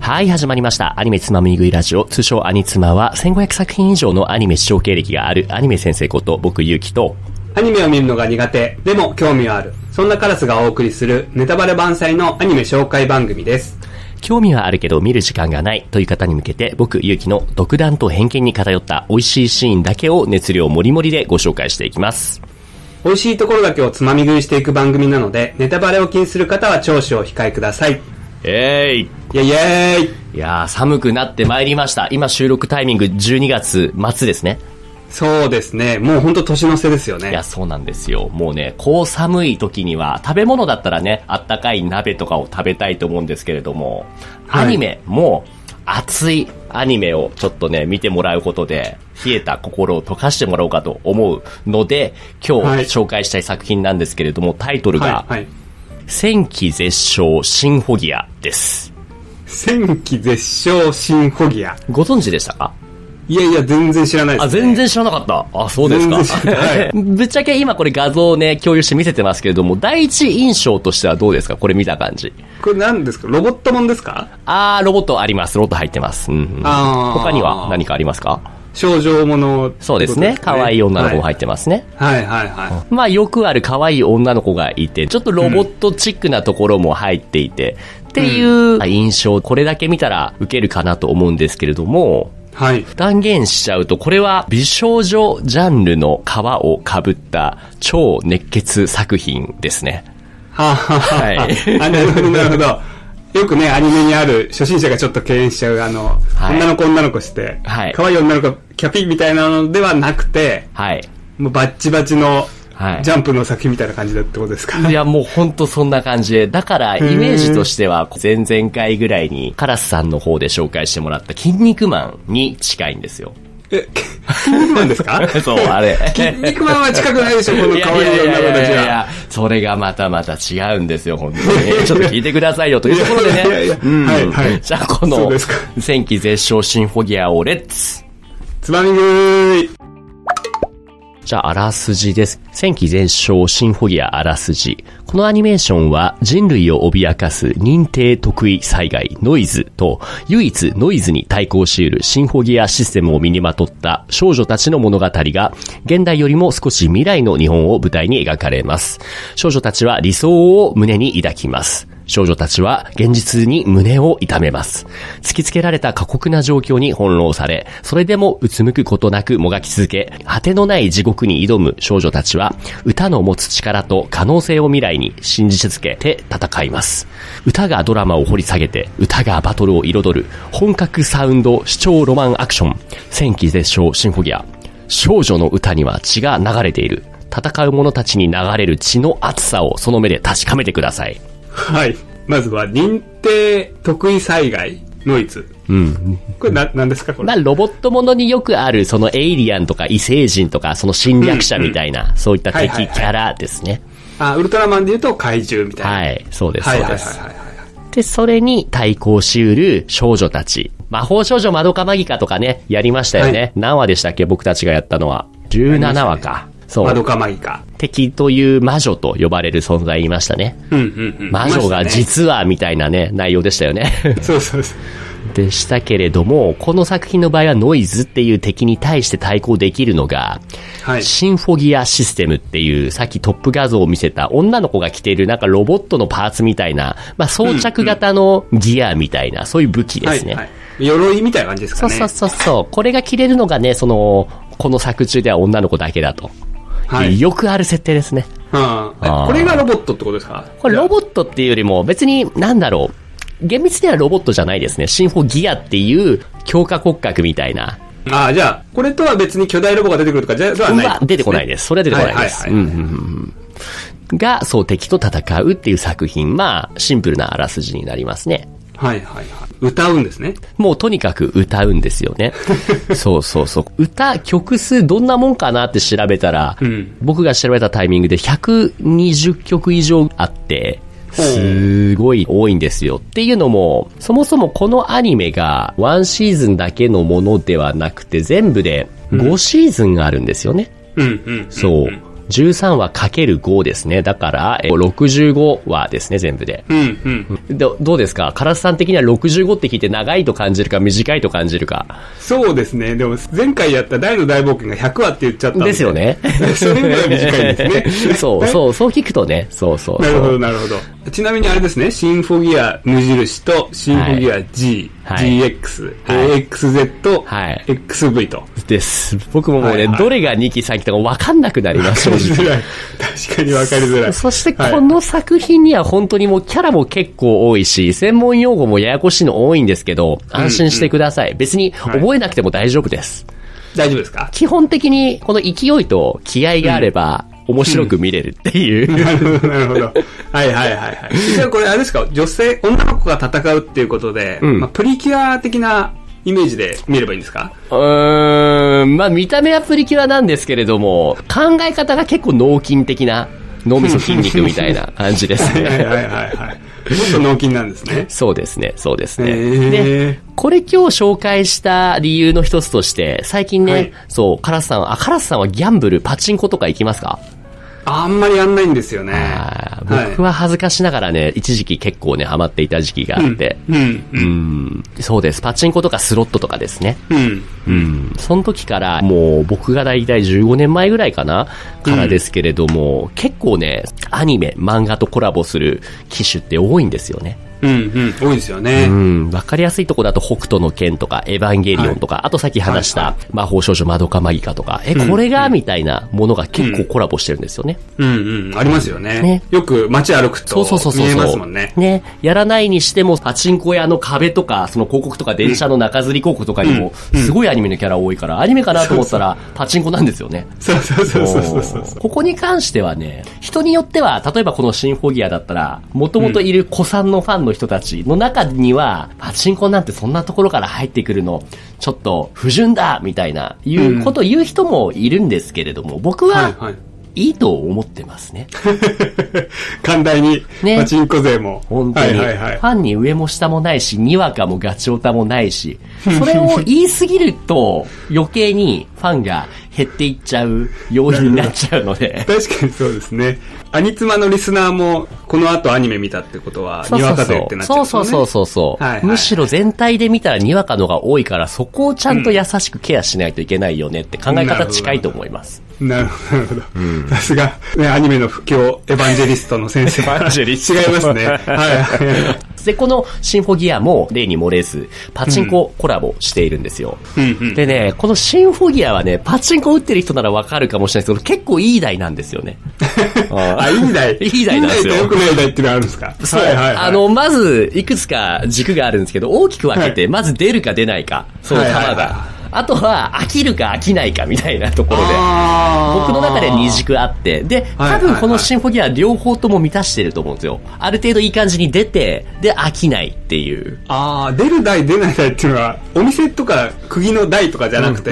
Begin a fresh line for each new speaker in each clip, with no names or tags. はい、始まりました。アニメつまみ食いラジオ、通称アニツマは、1500作品以上のアニメ視聴経歴があるアニメ先生こと、僕、ゆうきと、
アニメを見るのが苦手、でも興味はある。そんなカラスがお送りする、ネタバレ満載のアニメ紹介番組です。
興味はあるけど見る時間がないという方に向けて、僕、ゆうきの独断と偏見に偏った美味しいシーンだけを熱量もりもりでご紹介していきます。
美味しいところだけをつまみ食いしていく番組なので、ネタバレを気にする方は聴取を控えください。
え
ーい。イェイイェ
イいやー、寒くなってまいりました。今収録タイミング12月末ですね。
そうですね。もうほんと年の瀬ですよね。
いや、そうなんですよ。もうね、こう寒い時には、食べ物だったらね、あったかい鍋とかを食べたいと思うんですけれども、アニメ、はい、もう、熱いアニメをちょっとね、見てもらうことで、冷えた心を溶かしてもらおうかと思うので、今日紹介したい作品なんですけれども、タイトルが、はいはい、戦記絶唱シンフォギアです。
戦記絶唱シンフォギア。
ご存知でしたか
いやいや、全然知らないです、
ね、あ、全然知らなかった。あ、そうですか。はい、 ぶっちゃけ今これ画像をね、共有して見せてますけれども、第一印象としてはどうですかこれ見た感じ。
これ何ですかロボットもんですか
あー、ロボットあります。ロボット入ってます。うん、うん、他には何かありますか
少女もの、ね、
そうですね。可愛い女の子も入ってますね。
はい、はい、はいはい
まあよくある可愛い女の子がいて、ちょっとロボットチックなところも入っていて、うん、っていう印象、これだけ見たら受けるかなと思うんですけれども、
はい。
断言しちゃうと、これは美少女ジャンルの皮をかぶった超熱血作品ですね。
はあ、はあ、はい。 なるほど、なるほど。よくね、アニメにある初心者がちょっと敬遠しちゃう、あの、はい、女の子女の子して、はい、可愛い女の子、キャピみたいなのではなくて、
はい。
もうバッチバチの、はい、ジャンプの作品みたいな感じだってことですか、
ね、いや、もうほんとそんな感じで。だから、イメージとしては、前々回ぐらいに、カラスさんの方で紹介してもらった、筋肉マンに近いんですよ。
え、筋肉マンですか
そう、 あれ。
筋肉マンは近くないでしょ、この可愛い女の子たちは。
それがまたまた違うんですよ、本 当に。ちょっと聞いてくださいよ、というところでね。いやいやうん、はい、はい。じゃあ、この、戦記絶唱シンフォギアをレッツ
つまみ食い
じゃあ、あらすじです。戦記全勝シンフォギアあらすじ。このアニメーションは人類を脅かす認定得意災害ノイズと唯一ノイズに対抗し得るシンフォギアシステムを身にまとった少女たちの物語が現代よりも少し未来の日本を舞台に描かれます。少女たちは理想を胸に抱きます。少女たちは現実に胸を痛めます。突きつけられた過酷な状況に翻弄され、それでもうつむくことなくもがき続け、果てのない地獄に挑む少女たちは、歌の持つ力と可能性を未来に信じ続けて戦います。歌がドラマを掘り下げて、歌がバトルを彩る、本格サウンド、視聴ロマンアクション、戦記絶唱シンフォギア。少女の歌には血が流れている。戦う者たちに流れる血の熱さをその目で確かめてください。
はい。まずは、認定得意災害ノイズ。
うん。
これな、なんですかこれ。
まあ、ロボットものによくある、そのエイリアンとか異星人とか、その侵略者みたいな、うんうん、そういった敵キャラですね。
はいはいはい、あ、ウルトラマンで言うと怪獣みたいな。
はい、そうです、そうです。はいはいはいはいで、それに対抗しうる少女たち。魔法少女マドカマギカとかね、やりましたよね。はい、何話でしたっけ僕たちがやったのは。17話か。
そう。マドカマギカ。
敵という魔女と呼ばれる存在いましたね。
うんうんうん。
魔女が実は、みたいなね、内容でしたよね。
そうそうそう。
でしたけれども、この作品の場合はノイズっていう敵に対して対抗できるのが、はい、シンフォギアシステムっていう、さっきトップ画像を見せた女の子が着ているなんかロボットのパーツみたいな、まあ装着型のギアみたいな、うんうん、そういう武器ですね。はいはい
鎧みたいな感じですかね。
そうそうそうそう。これが着れるのがね、その、この作中では女の子だけだと。はい、よくある設定ですね。
はあ、これがロボットってことですか
これロボットっていうよりも別になんだろう。厳密にはロボットじゃないですね。シンフォギアっていう強化骨格みたいな。
ああ、じゃあ、これとは別に巨大ロボが出てくるとかじゃ、ではない、ね、
出てこないです。それは出てこないです。が、そう、敵と戦うっていう作品。まあ、シンプルなあらすじになりますね。
はいはいはい。歌うんですね。
もうとにかく歌うんですよ ね。そうそうそう。歌、曲数どんなもんかなって調べたら、うん、僕が調べたタイミングで120曲以上あって、すごい多いんですよ。っていうのも、そもそもこのアニメがワンシーズンだけのものではなくて、全部で5シーズンがあるんですよね。
うん、
そう。 13話 ×5 ですね。だから、えー、65話ですね、全部で。
うん、うん。
どどうですかカラスさん的には65って聞いて長いと感じるか短いと感じるか。
そうですね。でも、前回やった大の大冒険が100話って言っちゃったんで。
ですよね。
それぐらい 短いです ね。
そう、そう、そう聞くとね。そうそう
なるほど、なるほど。ちなみにあれですね、シンフォギア無印と、シンフォギア G、はい、GX、はい、AXZ、はい、XV と。
です。僕ももうね、はいはい、どれが2期3期とか分かんなくなり ました。
確かに分かりづらい。
そしてこの作品には本当にもうキャラも結構多いし、専門用語もややこしいの多いんですけど、安心してください。うんうん、別に覚えなくても大丈夫です。
大丈夫です か、
基本的にこの勢いと気合があれば、うん面白く見れるっていう 、うん
なるほど、なるほど。はいはいはいはい。 じゃあこれあれですか、女性、女の子が戦うっていうことで、うん、まあ、プリキュア的なイメージで見ればいいんですか
うーん、まあ見た目はプリキュアなんですけれども、考え方が結構脳筋的な、脳みそ筋肉みたいな感じですね。
はい はいはいはい。もっと脳筋なんです ね。
そうですね、そうですね。で、これ今日紹介した理由の一つとして、最近ね、はい、そう、カラスさんは、あ、カラスさんはギャンブル、パチンコとか行きますか
あんまりやんないんですよね。
僕は恥ずかしながらね、はい、一時期結構ね、ハマっていた時期があって。
うん。う
う
ん。
ん、そうです。パチンコとかスロットとかですね。
うん。
うん。その時から、もう僕が大体15年前ぐらいかな、からですけれども、うん、結構ね、アニメ、漫画とコラボする機種って多いんですよね。
うんうん、多いですよね。
うん、わかりやすいとこだと、北斗の剣とか、エヴァンゲリオンとか、はい、あとさっき話した、魔法少女マドカマギカとか、え、これが、みたいなものが結構コラボしてるんですよね。
うんうん、ありますよね。ねよく街歩くと、見えますもんね。
ね、やらないにしても、パチンコ屋の壁とか、その広告とか電車の中吊り広告とかにも、すごいアニメのキャラ多いから、アニメかなと思ったら、パチンコなんですよね。
そうそうそうそうそうそう
ここに関してはね、人によっては、例えばこのシンフォギアだったら、もともといる子さんのファンのの人たちの中には、パチンコなんてそんなところから入ってくるの、ちょっと不純だみたいな、いうことを言う人もいるんですけれども、僕は、はいはいいいと思ってますね。
寛大に、ね、パチンコ勢も。
本当に、ファンに上も下もないし、にわかもガチオタもないし、それを言いすぎると余計にファンが減っていっちゃう要因になっちゃうので。
確かにそうですね。アニツマのリスナーも、この後アニメ見たってことは、にわか勢ってなっちゃう、
そ
ね、
うそうそうそうそう、むしろ全体で見たらにわかのが多いから、そこをちゃんと優しくケアしないといけないよねって考え方近いと思います。
うんなるほど、なるほど。さすが、ね、アニメの不況、エヴァンジェリストの先生。
エヴァンジェリス
ト。違いますね。はい。
で、このシンフォギアも例に漏れず、パチンココラボしているんですよ。
うんうん、
でね、このシンフォギアはね、パチンコ打ってる人ならわかるかもしれないですけど、結構いい台なんですよね。
あ、いい台
いい台なんですよ。
よくない台ってのあるんですか
そう。はいはい、はい、あの、まず、いくつか軸があるんですけど、大きく分けて、まず出るか出ないか、その球が。あとは飽きるか飽きないかみたいなところで、僕の中で二軸あって、で、多分このシンフォギア両方とも満たしてると思うんですよ。ある程度いい感じに出て、で、飽きないっていう。
ああ、出る台出ない台っていうのは、お店とか釘の台とかじゃなくて、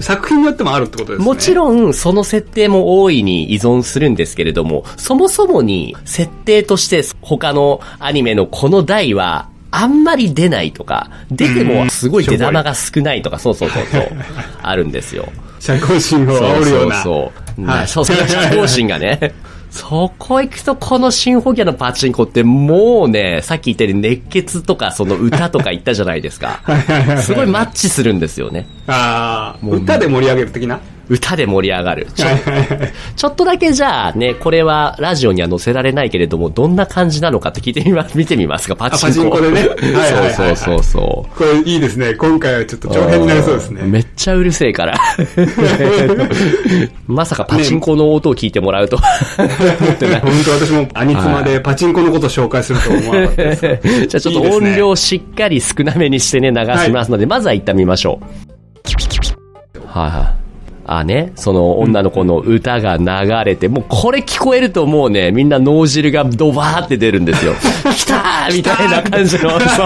作品によってもあるってことですね。
もちろん、その設定も大いに依存するんですけれども、そもそもに設定として他のアニメのこの台はあんまり出ないとか、出てもすごい出玉が少ないとか、そうそうそうそう、あるんですよ。
社交心を煽るような。
そうそうそう。はい、そう、その社交心がね。そこ行くと、このシンフォギアのパチンコってもうね、さっき言ったように熱血とかその歌とか言ったじゃないです か。すごいマッチするんですよね。
ああ、歌で盛り上げる的な
歌で盛り上がる。ちょ,ちょっとだけじゃあね、これはラジオには載せられないけれども、どんな感じなのかって聞いてみます、 見てみますか、パチンコ。
ンコでね。。
そうそうそうそう
これいいですね。今回はちょっと長編になりそうですね。
めっちゃうるせえから。 まさかパチンコの音を聞いてもらうと、ね、
思ってない。本当私もアニツマでパチンコのことを紹介すると思わなかったです。
じゃあちょっと音量しっかり少なめにしてね、流しますので、はい、まずは一旦見ましょう。はいはい。あね、その女の子の歌が流れて、もうこれ聞こえるともうね、みんな脳汁がドバーって出るん ですよ。きたーみたいな感じの。そうそうそ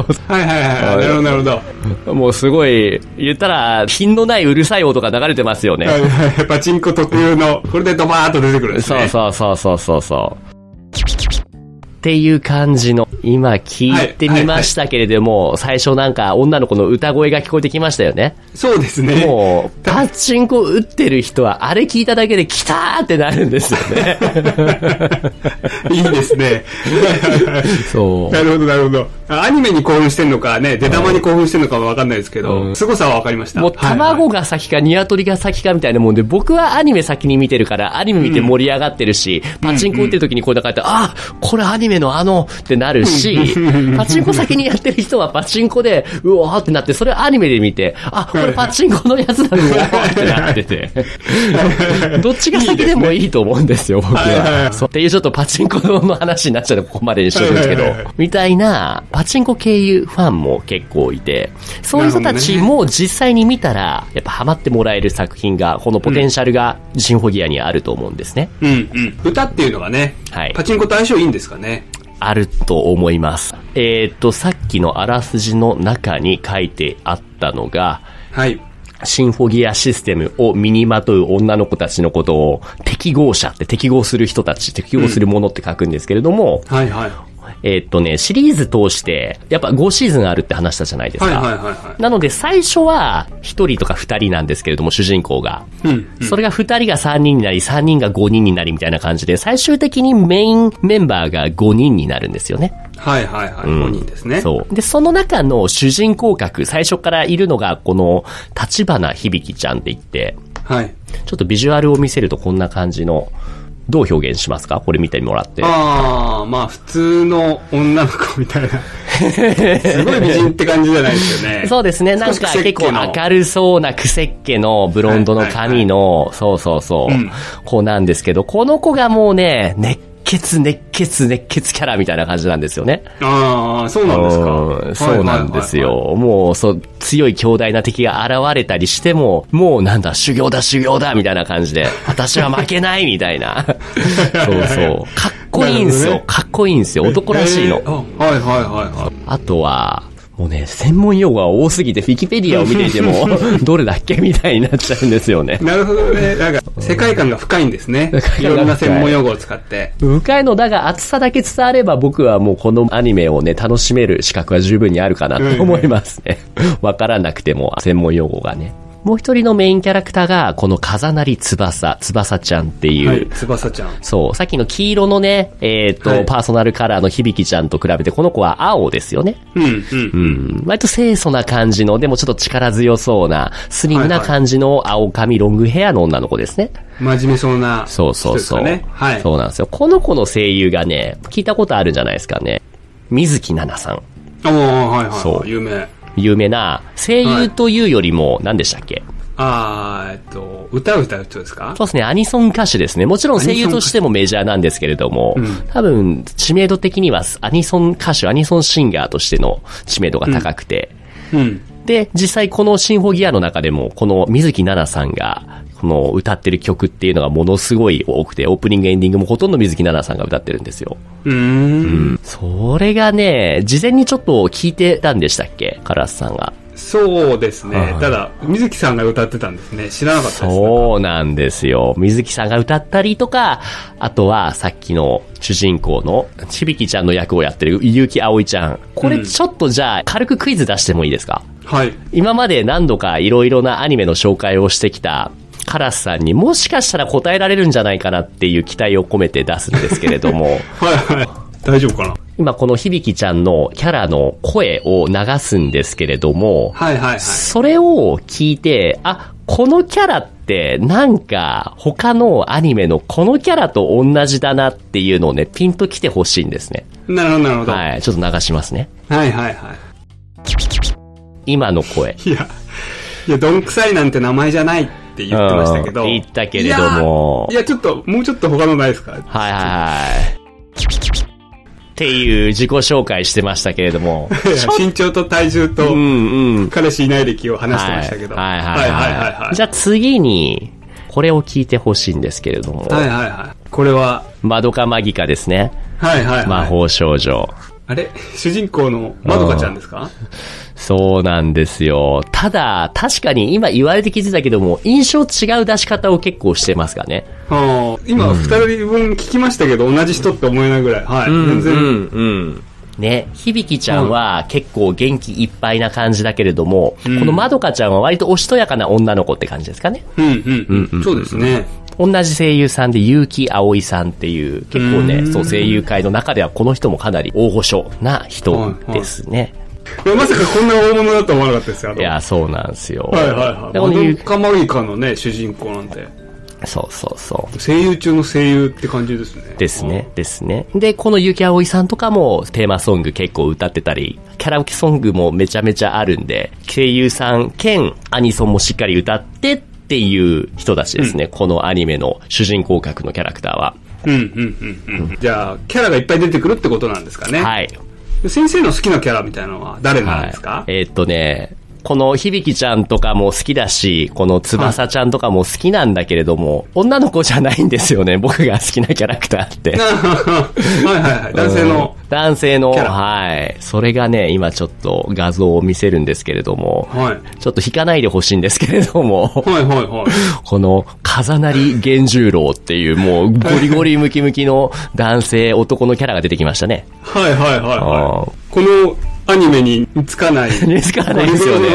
う。そう
はいはいはい。なるほどなる
ほど。もうすごい、言ったら、品のないうるさい音が流れてますよね。
パチンコ特有の、これでドバーっと出てくるんです
ね。そうそうそうそうそうそう。っていう感じの、今聞いてみましたけれども、最初なんか女の子の歌声が聞こえてきましたよね。
そうですね。
もう、パチンコ打ってる人は、あれ聞いただけで、来たーってなるんですよね。
いいです ね。。
そう
なるほど、なるほど。アニメに興奮してるのかね、出玉に興奮してるのかはわかんないですけど、うん、凄さはわかりました。
もう卵が先か、鶏が先かみたいなもんで、僕はアニメ先に見てるから、アニメ見て盛り上がってるし、うん、パチンコ打ってる時にこうだからって、うんうん、あ、これアニメのあのってなるし、パチンコ先にやってる人は パチンコで、うわーってなって、それアニメで見て、あ、これパチンコのやつだ、うわーってなって て。どっちが先でもいいと思うんですよ、僕は。そうっていうちょっとパチンコの話になっちゃうのここまでにしとくんですけど、みたいな、パチンコ経由ファンも結構いて、そういう人たちも実際に見たら、やっぱハマってもらえる作品が、このポテンシャルがシンフォギアにあると思うんですね。
うん、うん、歌っていうのはね、はい、パチンコと相性いいんですかね。
あると思います。えっ、ー、と、さっきのあらすじの中に書いてあったのが、
はい。
シンフォギアシステムを身にまとう女の子たちのことを適合者って適合する人たち、適合するものって書くんですけれども、
うん、はいはい。
えー、っとね、シリーズ通して、やっぱ5シーズンあるって話したじゃないですか。
はいはいはいはい、
なので最初は1人とか2人なんですけれども、主人公が。
うん、うん、
それが2人が3人になり、3人が5人になりみたいな感じで、最終的にメインメンバーが5人になるんですよね。
はいはいはい、うん、5人ですね。
そう。で、その中の主人公格、最初からいるのが、この、立花響ちゃんって言って、
はい。
ちょっとビジュアルを見せるとこんな感じの、どう表現しますかこれ見てもらって。
ああ、まあ普通の女の子みたいな。 すごい美人って感じじゃないですよね。
そうですね。なんか結構明るそうな癖っ気のブロンドの髪の、はいはいはい、そうそうそう、うん、子なんですけど、この子がもうね、熱血熱血熱血キャラみたいな感じなんですよね。、
ああ、そうなんですか。うん
そうなんですよ。はいはいはいはい、もう、そう、強い強大な敵が現れたりしても、もうなんだ、修行だ修行だみたいな感じ で、私は負けないみたい な。そうそう。かっこいいんすよ、ね。かっこいいんすよ。男らしいの。え
ー、はいはいはいはい。
あとは、もうね、専門用語が多すぎて、ウィキペディアを見ていて も、どれだっけみたいになっちゃうんですよね。
なるほどね。なんか、世界観が深いんですね。いろんな専門用語を使って。、
深いのだが、厚さだけ伝われば、僕はもうこのアニメをね、楽しめる資格は十分にあるかなと思いますね。わ、うん、からなくても、専門用語がね。もう一人のメインキャラクターが、この風なり翼、翼ちゃんっていう。はい
翼ちゃん。
そう、さっきの黄色のね、えっ、ー、と、はい、パーソナルカラーの響ちゃんと比べて、この子は青ですよね。。
うん、うん。うん
割と清楚な感じの、でもちょっと力強そうな、スリムな感じの青髪ロングヘアの女の子ですね。
はいはい、真面目そうな、
ね、そうそうそう。
はい。
そうなんですよ。この子の声優がね、聞いたことあるんじゃないですかね。水木奈々さん。
ああ、はいはい。そう。有名。
有名な、声優というよりも、何でしたっけ、はい、
ああ、えっと、歌を歌う人ですか
そうですね、アニソン歌手ですね。もちろん声優としてもメジャーなんですけれども、うん、多分、知名度的にはアニソン歌手、アニソンシンガーとしての知名度が高くて、
うん、うん
で、実際このシンフォギアの中でも、この水木奈々さんが、この歌ってる曲っていうのがものすごい多くて、オープニングエンディングもほとんど水木奈々さんが歌ってるんですよ。
うん,、うん。
それがね、事前にちょっと聞いてたんでしたっけカラスさんが。
そうですね。ただ、水木さんが歌ってたんですね。知らなかったです
そうなんですよ。水木さんが歌ったりとか、あとはさっきの主人公のちびきちゃんの役をやってる結城葵ちゃん。これちょっとじゃあ、軽くクイズ出してもいいですか、
うん、はい。
今まで何度かいろいろなアニメの紹介をしてきたカラスさんにもしかしたら答えられるんじゃないかなっていう期待を込めて出すんですけれども。
はいはい。大丈夫かな
今この響ちゃんのキャラの声を流すんですけれども、
はいはいはい。
それを聞いて、あ、このキャラってなんか他のアニメのこのキャラと同じだなっていうのをね、ピンと来てほしいんですね。
なるほどなるほど。
はい、ちょっと流しますね。
はいはいはい。
今の声。
いや、いや、どんくさいなんて名前じゃない。って言ってましたけど、うん、
言ったけれども
いやちょっともうちょっと他のないですかはい
はいはいっていう自己紹介してましたけれども。
身長と体重と、彼氏いない歴を話してましたけど。
はいはいはいはい。じゃあ次に、これを聞いてほしいんですけれども。
はいはいはい。これは。
マドカマギカですね。
はいはい、はい、
魔法少女。
あれ主人公のまどかちゃんですか、うん、
そうなんですよ。ただ、確かに今言われて気づいたけども、印象違う出し方を結構してますかね。。
はあ、今、二人分聞きましたけど、うん、同じ人って思えないぐらい。はい。うん、全然。うん、うん
ね、響ちゃんは結構元気いっぱいな感じだけれども、うん、このまどかちゃんは割とおしとやかな女の子って感じですかね。
うん、うん、うん、うん。そうですね。
同じ声優さんで結城葵さんっていう結構ねそう声優界の中ではこの人もかなり大御所な人ですね、
はいはい、まさかこんな大物だと思わなかったですよ
いやそうなんですよ
はいはいはいこのカマリカのね主人公なんて。
そうそうそう
声優中の声優って感じですね。
ですね、ですね。で、この結城葵さんとかもテーマソング結構歌ってたり、カラオケソングもめちゃめちゃあるんで、声優さん兼アニソンもしっかり歌ってっていう人たちですね、うん、このアニメの主人公格のキャラクターは。
うんうんうんうん。うん、じゃあ、キャラがいっぱい出てくるってことなんですかね。
はい。、
先生の好きなキャラみたいなのは誰なんですか、はい
えー、っとね、この響ちゃんとかも好きだし、この翼ちゃんとかも好きなんだけれども、はい、女の子じゃないんですよね、僕が好きなキャラクターって。
はいはいはい、男性の。
男性の、はい。それがね、今ちょっと画像を見せるんですけれども、
はい、
ちょっと引かないでほしいんですけれども、
はいはいはい、
この、風成源十郎っていう、もうゴリゴリムキムキの男性、男のキャラが出てきましたね。
はいはいはい、はい。このアニメにつ かない。
つかないですよね。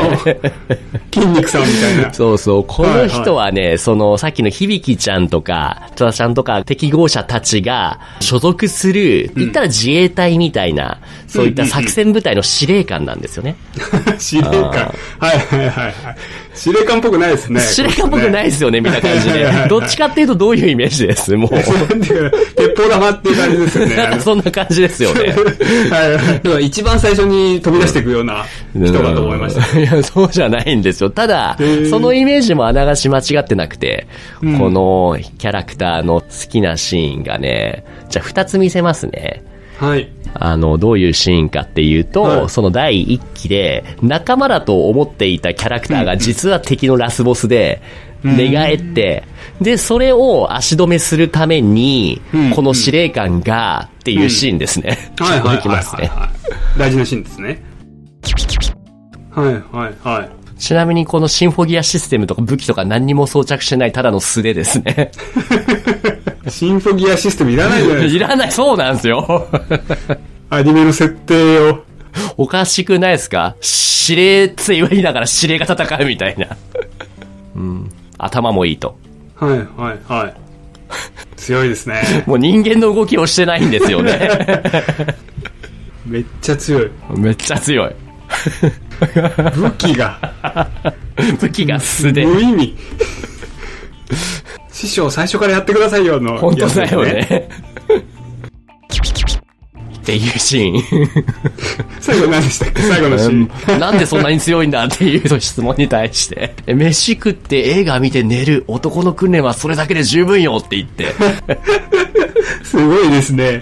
筋肉さんみた いな。
そうそう。この人はね、はいはい、その、さっきの響ちゃんとか、戸田ちゃんとか、適合者たちが所属する、うん、言ったら自衛隊みたいな、そういった作戦部隊の司令官なんですよね。
司令官。はいはいはい。司令官っぽくないですね。
司令官っぽくないですよね、みたいな感じで。 どっちかっていうとどういうイメージですもう。鉄
砲玉っていう感じですよね。
そんな感じですよね。
はい、一番最初に飛び出していくような人だと思いました。
いや、そうじゃないんですよ。ただ、そのイメージもあながち間違ってなくて、うん、このキャラクターの好きなシーンがね、じゃあ2つ見せますね。
はい。
あの、どういうシーンかっていうと、はい、その第一期で、仲間だと思っていたキャラクターが実は敵のラスボスで、寝返って、で、それを足止めするために、この司令官が、っていうシーンですね。
は いはいはいはい。大事なシーンですね。はいはいはい。
ちなみにこのシンフォギアシステムとか武器とか何にも装着してないただの素手ですね。
シンフォギアシステムいらないじゃないです
か。いらない、そうなんですよ。
アニメの設定を。
おかしくないですか指令って言いながら指令が戦うみたいな。うん。頭もいいと。
はい、はい、はい。強いですね。
もう人間の動きをしてないんですよね。
めっちゃ強い。
めっちゃ強い。
武器 が。
武器が素手。
無意味。 師匠最初からやってくださいよの、ね、
本当だよね。っていうシーン
最後何でしたっけ最後のシー
ン。なんでそんなに強いんだっていう質問に対して。飯食って映画見て寝る男の訓練はそれだけで十分よって言って。
すごいです ね。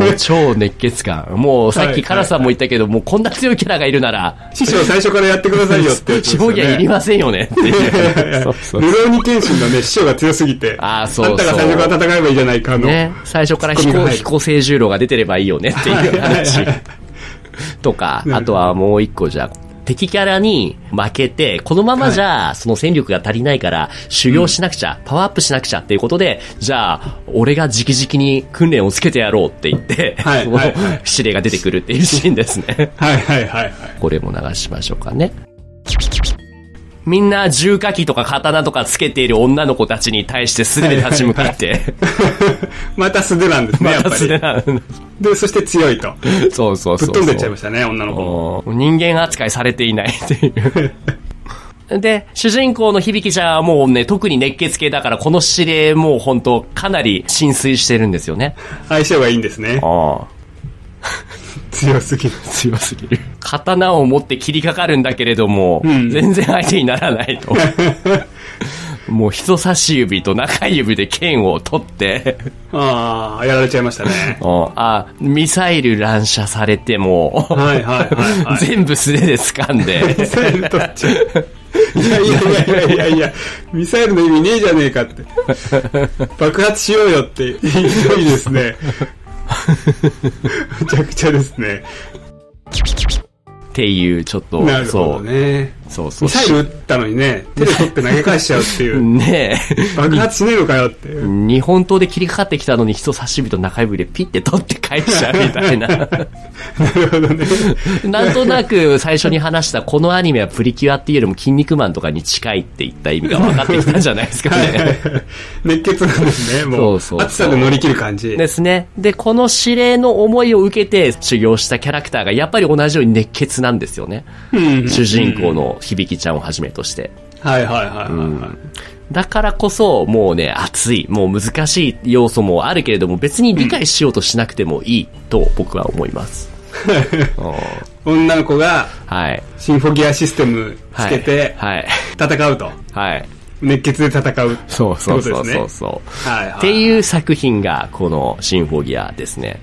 もう超熱血感。もうさっきカラさんも言ったけど、もうこんな強いキャラがいるなら。
師匠最初からやってくださいよって、ね。。
しぼぎはいりませんよねっていう
そうそう。無論に剣心のね、師匠が強すぎて。
ああ、そうそう。
あんたが最初から戦えばいいじゃないかの。
ね。最初から飛行、飛行性重量が出てればいいよねっていう話。とか、あとはもう一個じゃあ、敵キャラに負けて、このままじゃ、はい、その戦力が足りないから、修行しなくちゃ、うん、パワーアップしなくちゃっていうことで、じゃあ、俺が直々に訓練をつけてやろうって言って、
はい、 はいはい、
指令が出てくるっていうシーンですね。
はいはいはい、はい。
これも流しましょうかね。みんな重火器とか刀とかつけている女の子たちに対して素手で立ち向かって。
また素手なんですね、 やっぱり。素手なんです。で、そして強いと。
そうそうそう
ぶっ飛んでっちゃいましたね、女の子
人間扱いされていないっていう。 で、主人公の響ちゃんはもうね、特に熱血系だから、この指令もう本当かなり浸水してるんですよね。
相性がいいんですね。
ああ。
強すぎる。
強すぎる。刀を持って切りかかるんだけれども、うん、全然相手にならないと。 もう人差し指と中指で剣を取って
ああ、やられちゃいました ね。
ああ、ミサイル乱射されても
はいはいはい、はい、
全部素手で掴んで。
ミサイル取っちゃう。いやいやいやいやいや、ミサイルの意味ねえじゃねえかって。爆発しようよって言いたいですね。むちゃくちゃですね。
っていう、ちょっと、
なるほどね。
そうそう
ミサイル撃ったのにね、手で取って投げ返しちゃうっていう。
ね。
え。爆発しねえのかよっていう
日本刀で切りかかってきたのに人差し指と中指でピッて取って返しちゃうみたいな。 な
るほどね。
なんとなく最初に話したこのアニメはプリキュアっていうよりも筋肉マンとかに近いっていった意味が分かってきたんじゃないですかね。はいはい、
熱血なんですね、もう。そうそう暑さで乗り切る感じ。
ですね。で、この指令の思いを受けて修行したキャラクターがやっぱり同じように熱血なんですよね。
うん、
主人公の響ちゃんをはじめとして。
はいはいはいはい、はいうん、
だからこそ、もうね、熱い、もう難しい要素もあるけれども、別に理解しようとしなくてもいいと僕は思います。
女の子が、
はい。
シンフォギアシステムつけて、
はい。
戦うと。
はい。
熱血で戦う。
そうそうそうそうそう。はい、はい。っていう作品が、このシンフォギアですね。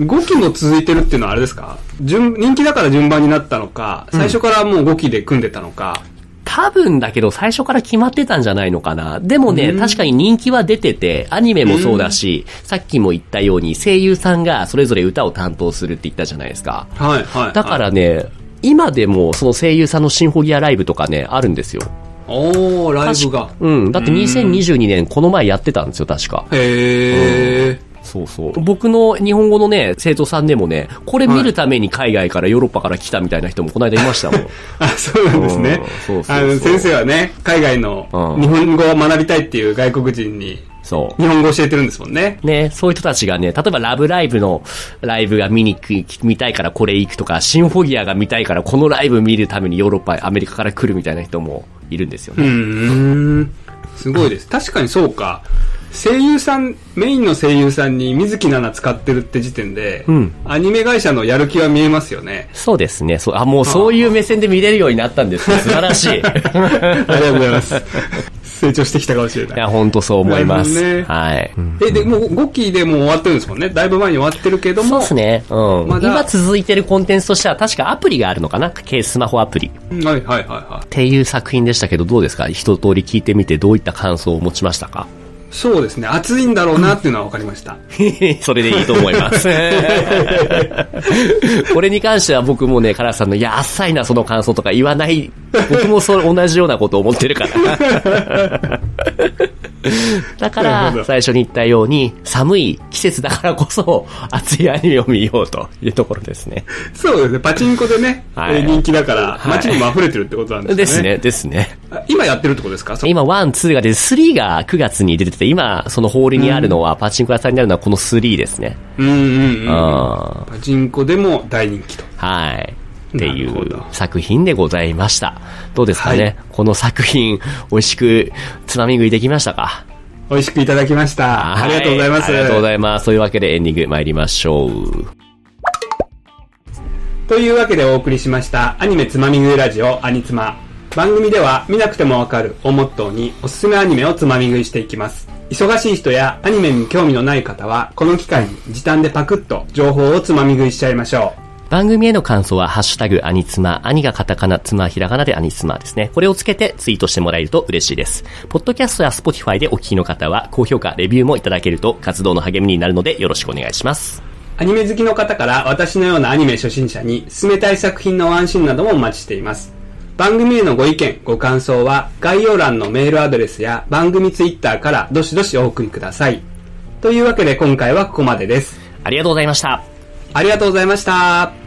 5期も続いてるっていうのはあれですか順人気だから順番になったのか、最初からもう5期で組んでたのか、
うん、多分だけど最初から決まってたんじゃないのかな。でもね、うん、確かに人気は出てて、アニメもそうだし、うん、さっきも言ったように声優さんがそれぞれ歌を担当するって言ったじゃないですか。
はい、はい。
だからね、はい、今でもその声優さんのシンフォギアライブとかね、あるんですよ。
おー、ライブが。
うん。だって2022年この前やってたんですよ、確か。
へー。
そうそう。僕の日本語のね、生徒さんでもね、これ見るために海外からヨーロッパから来たみたいな人もこの間いま したもん。
あ、そうなんですね。そうそうあの、先生はね、海外の日本語を学びたいっていう外国人に、。
そう
日本語教えてるんですもんね。
ね、そういう人たちがね、例えばラブライブのライブが見に行見たいからこれ行くとか、シンフォギアが見たいからこのライブ見るためにヨーロッパ、アメリカから来るみたいな人もいるんですよね。
うん。すごいです。確かにそうか。声優さんメインの声優さんに水木奈々使ってるって時点で、
うん、
アニメ会社のやる気は見えますよね
そうですねそうあもうそういう目線で見れるようになったんですね素晴らしいあり
がとうございます成長してきたかもしれない
いや本当そう思います、ね、はい、
えでもう5期でもう終わってるんですもんねだいぶ前に終わってるけども
そうですね、うん、ま、今続いてるコンテンツとしては確かアプリがあるのかなスマホアプリ
はいはいはいはいって
いう作品でしたけどどうですか一通り聞いてみてどういった感想を持ちましたか
そうですね。暑いんだろうなっていうのは分かりました。
それでいいと思います。 これに関しては僕もね、カラスさんの、いや、あっさいな、その感想とか言わない。僕もそれ同じようなことを思ってるから。 だから、最初に言ったように、寒い季節だからこそ、熱いアニメを見ようというところですね。
そうですね。パチンコでね、はい、人気だから、街にも溢れてるってことなんですね。
はい、ですね、ですね。
今やってるってことですか
今、1、2が出て、3が9月に出てて、今、そのホールにあるのは、パチンコ屋さんにあるのはこの3ですね。
うんうんうん。パチンコでも大人気と。
はい。っていう作品でございました。どうですかね、はい、この作品、美味しくつまみ食いできましたか
美味しくいただきました。ありがとうございます。
ありがとうございます。というわけでエンディング参りましょう。
というわけでお送りしましたアニメつまみ食いラジオアニツマ。番組では見なくてもわかるをモットーにおすすめアニメをつまみ食いしていきます。忙しい人やアニメに興味のない方は、この機会に時短でパクッと情報をつまみ食いしちゃいましょう。
番組への感想は、ハッシュタグ、アニツマ、兄がカタカナ、妻ひらがなでアニツマですね。これをつけてツイートしてもらえると嬉しいです。ポッドキャストや Spotify でお聞きの方は、高評価、レビューもいただけると活動の励みになるのでよろしくお願いします。
アニメ好きの方から私のようなアニメ初心者に進めたい作品のワンシーンなどもお待ちしています。番組へのご意見、ご感想は概要欄のメールアドレスや番組ツイッターからどしどしお送りください。というわけで今回はここまでです。
ありがとうございました。
ありがとうございました。